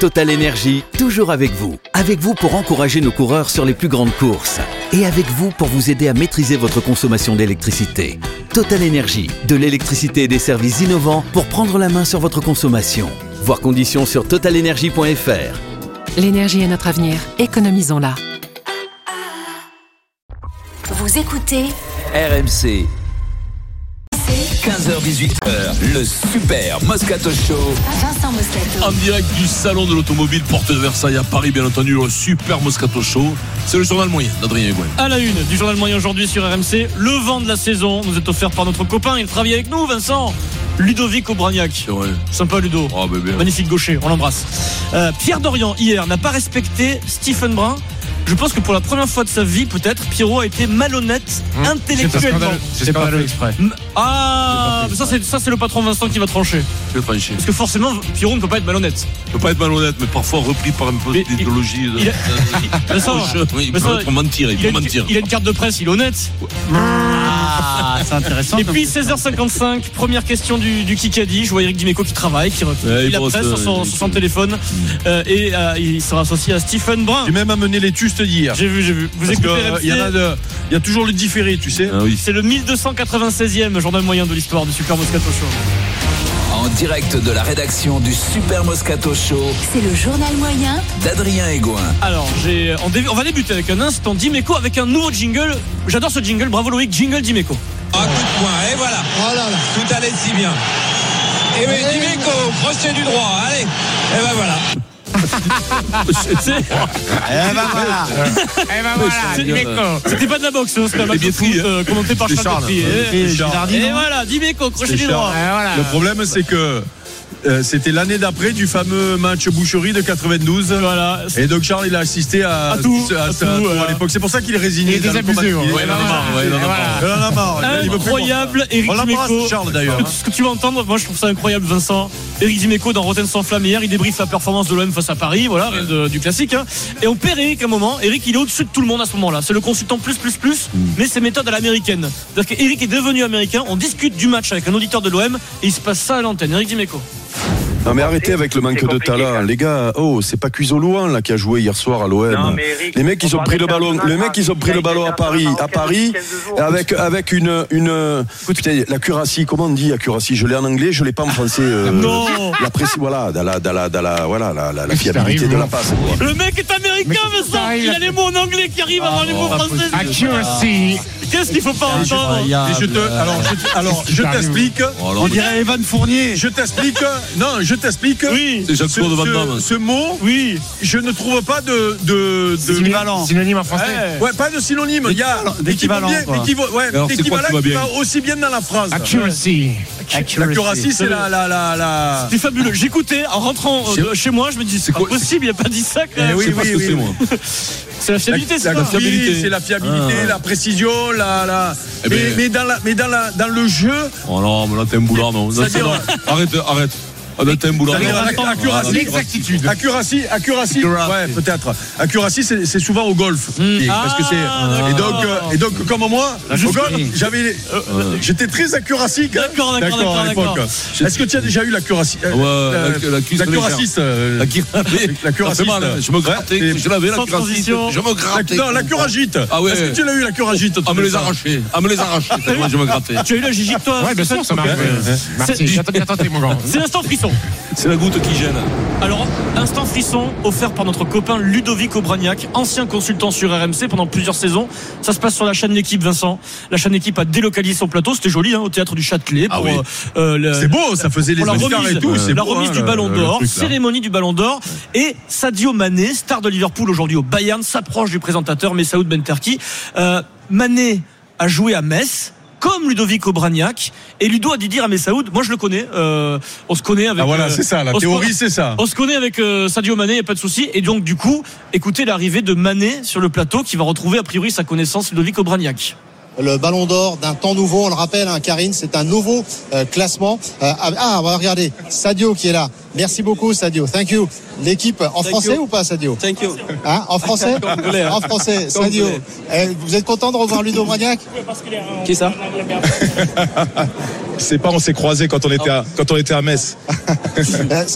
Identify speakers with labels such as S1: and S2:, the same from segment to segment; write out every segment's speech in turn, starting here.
S1: Total Energy, toujours avec vous. Avec vous pour encourager nos coureurs sur les plus grandes courses. Et avec vous pour vous aider à maîtriser votre consommation d'électricité. Total Energy, de l'électricité et des services innovants pour prendre la main sur votre consommation. Voir conditions sur totalenergy.fr.
S2: L'énergie est notre avenir, économisons-la.
S3: Vous écoutez
S4: RMC. 15h18h, le super Moscato Show.
S3: Vincent Moscato.
S5: En direct du salon de l'automobile Porte de Versailles à Paris, bien entendu, le super Moscato Show. C'est le journal moyen d'Adrien Hegouin.
S6: À la une du journal moyen aujourd'hui sur RMC, le vent de la saison nous est offert par notre copain. Il travaille avec nous, Vincent. Ludovic Aubragnac.
S5: C'est vrai.
S6: Sympa, Ludo.
S5: Oh, bébé.
S6: Magnifique gaucher, on l'embrasse. Euh, Pierre Dorian, hier, n'a pas respecté Stephen Brun. Je pense que pour la première fois de sa vie, peut-être, Pierrot a été malhonnête intellectuellement.
S7: C'est pas fait exprès.
S6: M- Ah, mais ça c'est ça c'est le patron Vincent qui va trancher.
S5: Je vais trancher.
S6: Parce que forcément, Pierrot ne peut pas être malhonnête.
S5: Je peux pas être malhonnête, mais parfois repris par un peu
S6: Mais
S5: d'idéologie. de-
S6: il a-
S5: de-
S6: Vincent,
S5: de- de- Oui, il
S6: Vincent,
S5: peut être mentir, il
S6: il a,
S5: peut
S6: une,
S5: mentir.
S6: il a une carte de presse, il est honnête.
S7: Ah, c'est intéressant.
S6: Et puis 16h55, première question du, du Kikadi. Je vois Eric Dimeco qui travaille, qui recueille
S5: Ouais, il
S6: la
S5: pense,
S6: presse sur son,
S5: euh,
S6: sur son téléphone. Euh, et euh, il sera associé à Stephen Brun.
S7: Mm. J'ai même amené les tustes d'hier.
S6: J'ai vu, j'ai vu. Vous
S7: Parce
S6: écoutez
S7: que, euh,
S6: RMC,
S7: Il y en a de- il y a toujours le différé, tu sais.
S5: Ah oui.
S6: C'est le 1296e journal moyen de l'histoire du Super Moscato Show.
S4: En direct de la rédaction du super Moscato Show
S3: C'est le journal moyen
S4: d'Adrien Hegouin.
S6: Alors, j'ai, on, dé- on va débuter avec un instant Dimeco, avec un nouveau jingle. J'adore ce jingle, bravo Loïc, jingle Dimeco.
S8: Un coup de poing, et voilà. Tout allait si bien. Et oui, Dimeco, crochet du droit, allez. Et ben voilà.
S6: C'est- Eh
S5: C'est bien, euh,
S6: C'était pas de la boxe, hein, c'était un match
S5: bien
S6: de foot,
S5: pris, hein.
S6: euh, commenté par
S7: C'est
S6: Charles hein.
S7: Charles.
S6: Petri. Et,
S7: C'est Charles.
S6: et voilà, Dimeco, crochet
S7: C'est
S6: du hein.
S7: Charles.
S6: droit.
S7: Le problème, c'est que euh, c'était l'année d'après du fameux match boucherie de 92.
S6: Voilà,
S7: Et donc Charles, il a assisté à,
S6: À tout,
S7: ce- à
S6: à
S7: ce-
S6: tout,
S7: à tout
S6: voilà.
S7: à l'époque. C'est pour ça qu'il est résigné. dans le combat de-
S5: Ouais, il en a marre, ouais, il en a marre.
S7: Il en a marre. Il veut plus
S6: Ah, Incroyable,
S7: qu'on-
S6: Eric
S7: On l'embrasse,
S6: Dimeco.
S7: Charles, d'ailleurs.
S6: Ce que tu vas entendre, moi je trouve ça incroyable, Vincent. Eric Dimeco dans Rotten sans flamme hier, il débriefe la performance de l'OM face à Paris, voilà, rien de- du classique. hein. Et on perd Eric un moment. Eric, il est au-dessus de tout le monde à ce moment-là. C'est le consultant plus, plus, plus, mais c'est méthode à l'américaine. C'est-à-dire qu'Eric est devenu américain, on discute du match avec un auditeur de l'OM et il se passe ça à l'antenne. Eric Dimeco.
S9: Non mais arrêtez avec le manque de talent, les gars. Oh, c'est pas Cuisolouan là qui a joué hier soir à l'OM. Les mecs ils ont pris le ballon, les mecs ils ont pris le ballon à Paris, à Paris avec avec une une putain, la cuirassie, comment on dit la cuirassie Je l'ai en anglais, je l'ai pas en français. euh,
S6: Non.
S9: La précision, voilà, da la, da la, da la- voilà la, la- la fiabilité de la passe. quoi.
S6: Le mec est américain, Vincent Il a les mots en anglais qui arrivent avant les mots français. Qu'est-ce qu'il faut pas entendre
S7: Et je te, alors, je, te- alors, je t'explique.
S5: Oh, alors,
S7: dirait Evan Fournier. Je t'explique. Euh, Non, je t'explique.
S6: Oui.
S5: C'est
S7: Ce,
S5: Jacques-Claude Van Damme.
S7: ce- ce mot,
S6: Oui,
S7: je ne trouve pas de, de, de
S10: Synonyme en français.
S7: Ouais, pas de synonyme. Il y a
S10: d'équivalent,
S7: l'équivalent-
S10: quoi.
S7: l'équivo- ouais,
S5: Alors, c'est quoi
S7: l'équivalent
S5: qui va
S7: qui
S5: bien
S7: va aussi bien dans la phrase.
S10: Accuracy.
S7: La cuirassie, c'est la, la, la, la-
S6: c'est fabuleux. J'écoutais en rentrant euh, de chez moi, je me dis c'est pas
S5: quoi-
S6: possible, il n'y a pas dit ça. quand
S7: Eh
S6: même.
S7: oui,
S5: Je sais pas
S7: oui,
S5: ce que
S7: oui, oui.
S5: c'est, moi.
S6: C'est la fiabilité, c'est
S7: La
S6: ça
S7: fiabilité, c'est la fiabilité,
S5: Ah.
S7: la précision, la, la...
S5: Eh
S7: mais,
S5: ben.
S7: mais dans la, mais dans la, dans le jeu,
S5: Oh non, mais là, t'es un boulard, non. Non,
S7: C'est-à-dire-
S5: non, Arrête, arrête. Ah, non, t'es un boulard.
S7: T'arrives à la- à la cuirassier.
S5: L'exactitude.
S7: accuracy, accuracy,
S5: Accuracy. Hmm.
S7: ouais, peut-être. Accuracy, c'est c'est souvent au golf. Parce que
S6: Ah,
S7: c'est. Et donc, euh, et donc, comme moi, au golf, j'avais, les-
S5: Euh,
S7: j'étais très accuracy. quand-
S6: D'accord, d'accord, d'accord,
S7: à l'époque.
S6: d'accord.
S7: Est-ce que tu as déjà eu la cuirassier
S5: Ouais, la- la cuisse
S7: La
S5: légère.
S7: cuirassiste. euh,
S5: La cuirassier.
S7: La cuirassier.
S5: Ça fait mal, hein. Je me grattais.
S7: Ouais, et-
S5: je l'avais, la
S6: Sans
S5: cuirassier.
S6: transition.
S5: Je me
S7: La-
S5: grattais.
S7: non, la curagite.
S5: Ah ouais.
S7: Est-ce que tu l'as eu la curagite toi,
S5: À me les
S7: Vincent
S5: arracher. À me les arracher. Moi, je me grattais.
S6: Tu as eu la gigi de toi
S7: ben,
S10: Ouais, bien
S6: Stéphane
S10: sûr, ça marche.
S6: C'est-
S10: Merci. J'attendais, attendez, mon grand.
S6: C'est l'instant frisson.
S5: C'est la goutte qui gêne.
S6: Alors, instant frisson offert par notre copain Ludovic Aubragnac, ancien consultant sur RMC pendant plusieurs saisons. Ça se passe sur la chaîne L'équipe, Vincent. La chaîne L'équipe a délocalisé son plateau, c'était joli, hein, au théâtre du Châtelet.
S5: Ah
S6: pour,
S5: oui.
S6: euh, euh, le-
S7: C'est beau, ça faisait les
S6: pour la
S7: Oscars
S6: remise,
S7: et tout. c'est
S6: la
S7: beau,
S6: remise
S7: hein,
S6: du
S7: le-
S6: Ballon
S7: le
S6: d'Or,
S7: truc, là.
S6: cérémonie du Ballon d'Or et Sadio Mané, star de Liverpool aujourd'hui au Bayern, s'approche du présentateur Messaoud Benterki. Euh, Mané a joué à Metz. Comme Ludovic Obraniak et Ludo a dit dire à Messaoud, moi je le connais, euh, on se connaît avec.
S7: Ah voilà,
S6: euh,
S7: c'est ça, la
S6: on se
S7: théorie,
S6: connaît-
S7: c'est ça.
S6: On se connaît avec euh, Sadio Mané, y a pas de souci. Et donc du coup, écoutez l'arrivée de Mané sur le plateau qui va retrouver a priori sa connaissance Ludovic Obraniak.
S11: le ballon d'or d'un temps nouveau. On le rappelle, hein, Karine, c'est un nouveau euh, classement. Euh, ah, ah, regardez, Sadio qui est là. Merci beaucoup, Sadio. Thank you. l'équipe en
S12: Thank
S11: français
S12: you.
S11: ou pas, Sadio
S12: Thank you.
S11: Hein, en français
S12: Congolais, hein.
S11: En français, Sadio.
S12: Congolais.
S11: Eh, vous êtes content de revoir Ludo Bragnac
S12: Qui ça
S13: C'est pas on s'est croisés quand on était à, quand on était à Metz.
S11: Euh,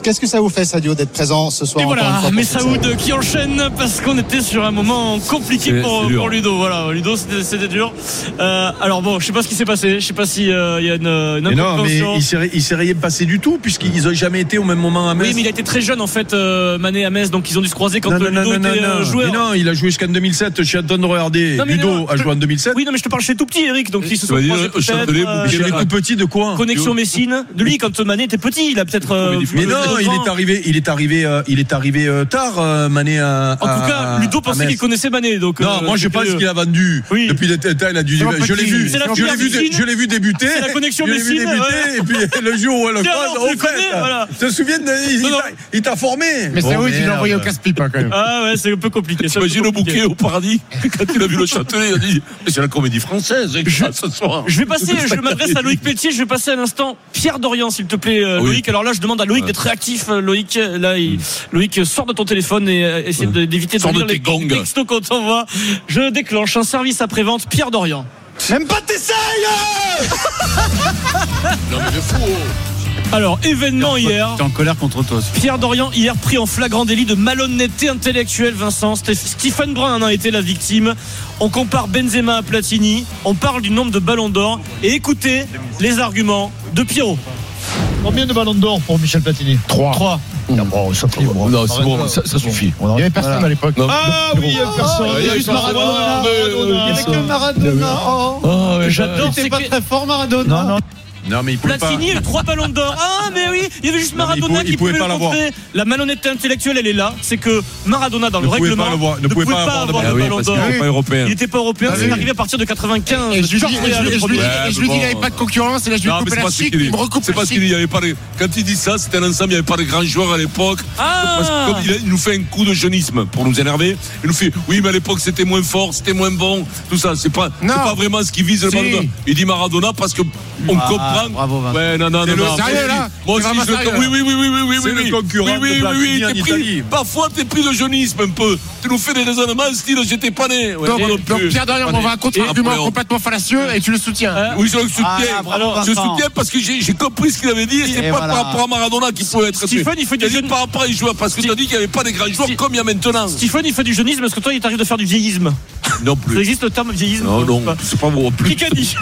S11: Qu'est-ce que ça vous fait, Sadio, d'être présent ce soir
S6: Et
S11: encore une
S6: voilà,
S11: fois pour cette
S6: Messaoud qui enchaîne parce qu'on était sur un moment compliqué
S11: C'est-
S6: pour,
S11: c'est dur.
S6: pour Ludo. Voilà, Ludo, c'était c'était dur. Euh, alors bon, je sais pas ce qui s'est passé. Je sais pas si euh, il y a une,
S7: Mais
S6: une
S7: non, mais
S6: incompréhension.
S7: il s'est- il s'est rien passé du tout, puisqu'ils n'ont jamais été au même moment à Metz.
S6: Oui, mais il a été très jeune en fait, euh, Mané à Metz, donc ils ont dû se croiser quand
S7: non,
S6: euh,
S7: non,
S6: Ludo
S7: non, non,
S6: était euh,
S7: non.
S6: joueur.
S7: Mais non, il a joué jusqu'en 2007 chez Anton Royardé.
S6: Non, mais non,
S7: Ludo a
S6: je-
S7: joué en 2007.
S6: Oui, non, mais je te parle chez tout petit, Eric. Donc ils se
S7: Eh, Tu
S6: sont
S7: vas dire,
S6: croisés
S7: au Châtelet,
S6: peut-être,
S5: euh,
S7: Boucher, les tout petits de quoi
S6: Connexion
S7: Yo.
S6: Messine. De lui, quand Mané était petit, il a peut-être. euh,
S7: Mais non,
S6: peut-être
S7: il
S6: vingt.
S7: est arrivé, il est arrivé, euh, il est arrivé euh, tard, euh, Mané. À,
S6: En tout cas, Ludo pensait qu'il connaissait Mané. Donc
S7: Euh, ah,
S6: euh,
S7: Non, moi je pense qu'il a vendu. Depuis le temps, il a dû.
S6: C'est
S7: Je l'ai
S6: petit.
S7: vu.
S6: C'est la
S7: Je l'ai
S6: filière
S7: vu, dé-
S6: Messine.
S7: je l'ai vu débuter.
S6: C'est la connexion
S7: Je l'ai vu
S6: Messine, ouais.
S7: débuter. Et puis le jour où on le
S6: Tiens,
S7: croise,
S6: alors,
S7: au
S6: tu le connais, voilà.
S7: fait, tu te souviens, de- il t'a- il t'a formé.
S10: Mais c'est oui, tu l'as envoyé au
S7: casse
S10: casse-pipe hein, quand même.
S6: Ah ouais, c'est un peu compliqué.
S5: T'imagines le bouquet au paradis Quand il a vu le Châtelet, il a dit Mais c'est la comédie française, hein, ce soir.
S6: Je vais passer, je m'adresse à Loïc Pétier, je vais passer à l'instant Pierre Dorian, s'il te plaît, euh,
S5: Oui.
S6: Loïc. Alors là, je demande à Loïc d'être réactif. euh, Loïc, euh, là, il-
S7: Hmm.
S6: Loïc, euh, sors de ton téléphone et euh, essaie de- d'éviter de
S5: Sors de
S6: lire
S5: tes
S6: les
S5: gongs.
S6: textos qu'on t'envoie. Je déclenche un service après-vente, Pierre Dorian.
S12: Même pas t'essayes
S5: Non, mais de fou
S6: Alors, événement hier.
S14: oh. T'es en colère contre toi. ce-
S6: Pierre Dorian, hier pris en flagrant délit de malhonnêteté intellectuelle, Vincent. Stéph- Stephen Brun en a été la victime. On compare Benzema à Platini. On parle du nombre de ballons d'or. Et écoutez les arguments de Pierrot.
S15: Combien de ballons d'or pour Michel Platini 3. 3. Non, bon, ça, fait- bon,
S5: Non, c'est
S15: arrête,
S5: bon,
S15: bon.
S5: ça, ça suffit.
S15: Il n'y avait personne
S5: Voilà.
S15: à l'époque.
S5: Non.
S15: Ah oui, il n'y avait personne. Il y avait juste
S7: Ah,
S15: Maradona.
S7: euh,
S15: Il n'y avait que Maradona. Oh. J'adore.
S6: c'est
S15: C'était pas
S6: que-
S15: très fort, Maradona. Non, non.
S7: Non, mais il pouvait pas.
S6: Platini a eu trois ballons d'or. Ah, mais oui, il y avait juste
S7: Non, mais il
S6: Maradona
S7: pouvait- il
S6: qui
S7: pouvait
S6: pouvait,
S7: pas
S6: le
S7: l'avoir.
S6: contrer. La malhonnêteté intellectuelle, elle est là. C'est que Maradona, dans
S7: Ne
S6: le
S7: pouvait
S6: règlement,
S7: pas l'avoir. Ne pouvait pas avoir de
S6: avoir le
S7: ballon. Ah
S6: ballon
S7: oui, parce qu'il
S6: d'or.
S7: n'était pas européen.
S6: Il n'était pas européen.
S7: Ah
S6: C'est
S7: oui.
S6: arrivé à partir de 95.
S10: Et je lui dis-
S6: Correa,
S10: et je lui- et
S6: le
S10: je lui
S6: premier.
S10: dis- et je lui dis qu'il n'y avait pas de concurrence et là je lui
S5: Non, Ah, mais
S10: coupe
S5: c'est
S10: la
S5: pas ce
S10: chic,
S5: qu'il
S10: il
S5: dit.
S10: me recoupe
S5: C'est
S10: la
S5: parce qu'il
S10: chic.
S5: n'y avait pas les... Quand il dit ça, c'était un ensemble, il n'y avait pas de grands joueurs à l'époque.
S6: Ah
S5: Parce que comme il, a- il nous fait un coup de jeunisme pour nous énerver. Il nous fait, oui, mais à l'époque c'était moins fort, c'était moins bon, tout ça. C'est pas, c'est
S10: Non.
S5: pas vraiment ce qui vise le
S10: Si.
S5: Maradona. Il dit Maradona parce que on
S10: Ah,
S5: comprend.
S10: bravo, Vincent.
S5: ouais, non, non,
S10: C'est
S5: non,
S10: le
S5: non.
S10: sérieux, là
S5: Moi aussi,
S10: C'est vraiment
S5: je le-
S10: sérieux,
S5: oui,
S10: là.
S5: oui, oui, oui, oui, oui,
S10: C'est le
S5: oui.
S10: concurrent
S5: Oui, oui,
S10: de
S5: oui, oui,
S10: Platini en
S5: t'es pris-
S10: Italie.
S5: Parfois, t'es pris de jeunisme un peu. Tu nous fais des raisonnements style, j'étais pas né. Ouais,
S10: Donc,
S5: moi non
S10: donc,
S5: plus.
S10: Pierre Dorian,
S5: Pas
S10: on
S5: né.
S10: va un contre-argument
S5: Napoléon.
S10: complètement fallacieux et tu le soutiens.
S5: Oui, je le soutiens.
S10: Ah, bravo,
S5: je
S10: Vincent.
S5: soutiens parce que j'ai j'ai compris ce qu'il avait dit. et C'est
S10: Et
S5: pas
S10: voilà.
S5: par rapport à Maradona qu'il pouvait être.
S6: Stephen,
S5: tué.
S6: il fait du
S5: dit
S6: jeune-
S5: par rapport à les joueurs parce que tu as dit qu'il n'y avait pas des grands joueurs comme il y a maintenant.
S6: Stephen, il fait du jeunisme parce que toi, il t'arrive de faire du vieillisme.
S5: Non
S6: Ça
S5: plus.
S6: existe le terme vieillisme
S5: Non,
S6: je sais
S5: non,
S6: pas.
S5: c'est pas bon. Plus.
S6: Kikadi.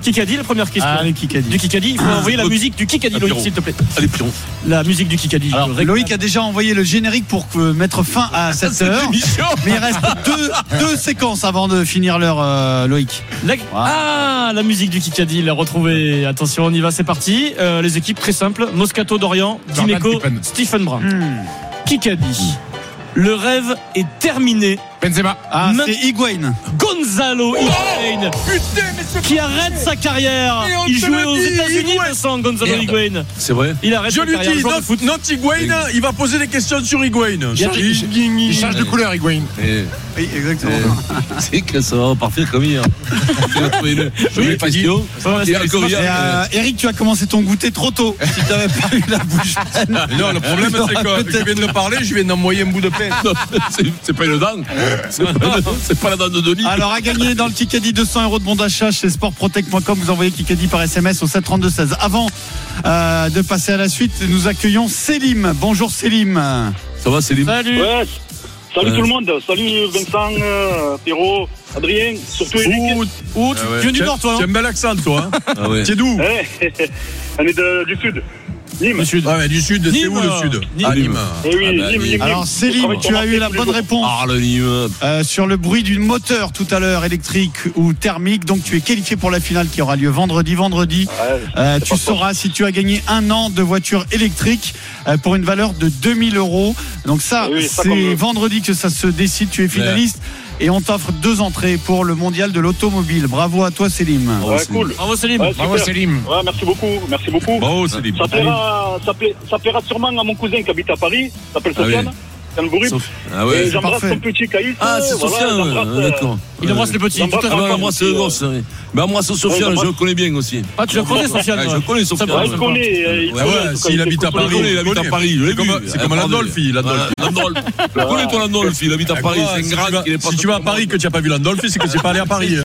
S6: Kikadi, la première question.
S5: Ah,
S14: Allez, Kikadi.
S6: Du Kikadi, il faut envoyer la musique du Kikadi,
S14: Ah,
S6: Loïc,
S14: Pierrot.
S6: s'il te plaît.
S5: Allez, pion.
S6: La musique du Kikadi.
S14: Alors,
S6: je règle-
S14: Loïc a déjà envoyé le générique pour euh, mettre fin à cette
S6: Cette
S14: heure.
S6: émission.
S14: Mais il reste deux, deux séquences avant de finir l'heure, euh, Loïc.
S6: La- Ah, la musique du Kikadi, la retrouver. Attention, on y va, c'est parti. Euh, les équipes très simples Moscato d'Orient,
S10: Jordan
S6: Dimeco,
S10: Pippen.
S6: Stephen Brun. Kikadi. Le rêve est terminé.
S10: Benzema.
S14: Ah, c'est Higuain.
S6: Gonzalo Higuain. qui arrête sa carrière.
S7: Mais on
S6: Il
S7: te
S6: jouait
S7: le
S6: aux
S7: dit,
S6: États-Unis, Vincent, Gonzalo
S5: Merde.
S6: Higuain.
S5: C'est vrai.
S6: Il arrête
S7: Je
S6: sa
S7: lui
S6: carrière.
S7: dis,
S6: joueur de
S7: not, not Higuain, il va poser des questions sur Higuain.
S6: Il y a-
S10: Il change de couleur, Higuain.
S5: Eh,
S14: Oui, exactement.
S5: eh, C'est que ça va partir comme hier. Je vais trouver une- je vais une question. Il y a encore
S14: Et,
S5: hier.
S14: euh, Eric, tu as commencé ton goûter trop tôt. Si tu n'avais pas eu la bouche pleine.
S7: Non, le problème,
S14: tu
S7: c'est
S14: l'aurais
S7: que je
S14: peut-être
S7: viens de le parler, je viens d'envoyer un bout de pain.
S5: Non, c'est- C'est pas une dent. C'est pas, c'est pas la dent de Denis.
S14: Alors à gagner dans le Kikadi 200 euros de bon d'achat chez sportprotect.com, vous envoyez Kikadi par SMS au 732 16. Avant euh, de passer à la suite, nous accueillons Selim. Bonjour Selim.
S5: Ça va, Céline
S6: Salut.
S16: Ouais. Salut
S5: Ouais.
S16: tout le monde, salut Vincent, euh, Pierrot, Adrien, surtout Eric.
S6: Oh, tu
S7: Ah ouais.
S6: viens du
S7: Tiens,
S6: Nord, toi. hein
S7: Tiens, bel accent, toi. hein.
S5: Ah ouais.
S7: T'es d'où
S16: Eh, on est de- du sud. Nîmes.
S7: Ah ouais, du sud, c'est
S6: Nîmes.
S7: où le sud
S6: Nîmes.
S7: Ah, Nîmes.
S16: Eh oui,
S5: Ah bah,
S16: Nîmes,
S5: Nîmes.
S16: Nîmes,
S14: Alors
S16: Nîmes.
S14: Selim, tu as eu la bonne réponse
S5: Ah, le Nîmes.
S14: euh, sur le bruit du moteur tout à l'heure, électrique ou thermique. Donc tu es qualifié pour la finale qui aura lieu vendredi. Vendredi, Euh, tu sauras si tu as gagné un an de voiture électrique euh, pour une valeur de 2000 euros. Donc ça,
S16: Eh oui, ça, comme
S14: c'est
S16: le-
S14: vendredi que ça se décide. Tu es finaliste. Et on t'offre deux entrées pour le mondial de l'automobile. Bravo à toi, Selim.
S16: Ouais, cool.
S6: Bravo, Salim.
S16: Ouais, super.
S10: Bravo, Selim.
S16: Ouais, merci beaucoup, merci
S7: Oh.
S16: beaucoup.
S7: Bravo, Céline.
S16: Ça plaira, ça, plaira, ça plaira sûrement à mon cousin qui habite à Paris, s'appelle
S5: Ah oui.
S16: Sofiane. dans le bruit.
S5: Ah ouais.
S16: Et j'embrasse
S5: Parfait.
S16: ton petit Caïs.
S5: Ah, c'est Sofiane, ouais, d'accord.
S6: il embrasse les petits, tout à
S5: Ah,
S6: fait
S5: bah,
S6: d'accord.
S5: embrasse le gosse. ouais. Bah, embrasse
S6: Ouais,
S5: Sofiane,
S6: j'embrasse.
S5: je le connais bien aussi.
S6: Ah, tu le connais, Sofiane,
S5: Ah, Je
S6: toi
S5: le connais,
S6: Ça
S5: Sofiane.
S6: va, je le connais, euh, il
S5: Ouais,
S6: connaît,
S5: ouais,
S6: il
S5: s'il
S6: connaît,
S5: habite à
S6: il connaît.
S5: Paris, il habite à Paris. je l'ai
S7: C'est
S5: vu.
S7: comme- c'est comme
S5: Ah,
S7: Landolph, il- Landolph.
S5: Ah, Landolph. Je connais ton Landolph, il habite à
S7: Ah,
S5: Paris.
S7: quoi,
S5: C'est
S7: si
S5: un
S7: tu vas-
S5: grade qu'il est pas
S7: Si tu vas à Paris que tu n'as pas vu Landolph, c'est que tu n'es pas allé à Paris.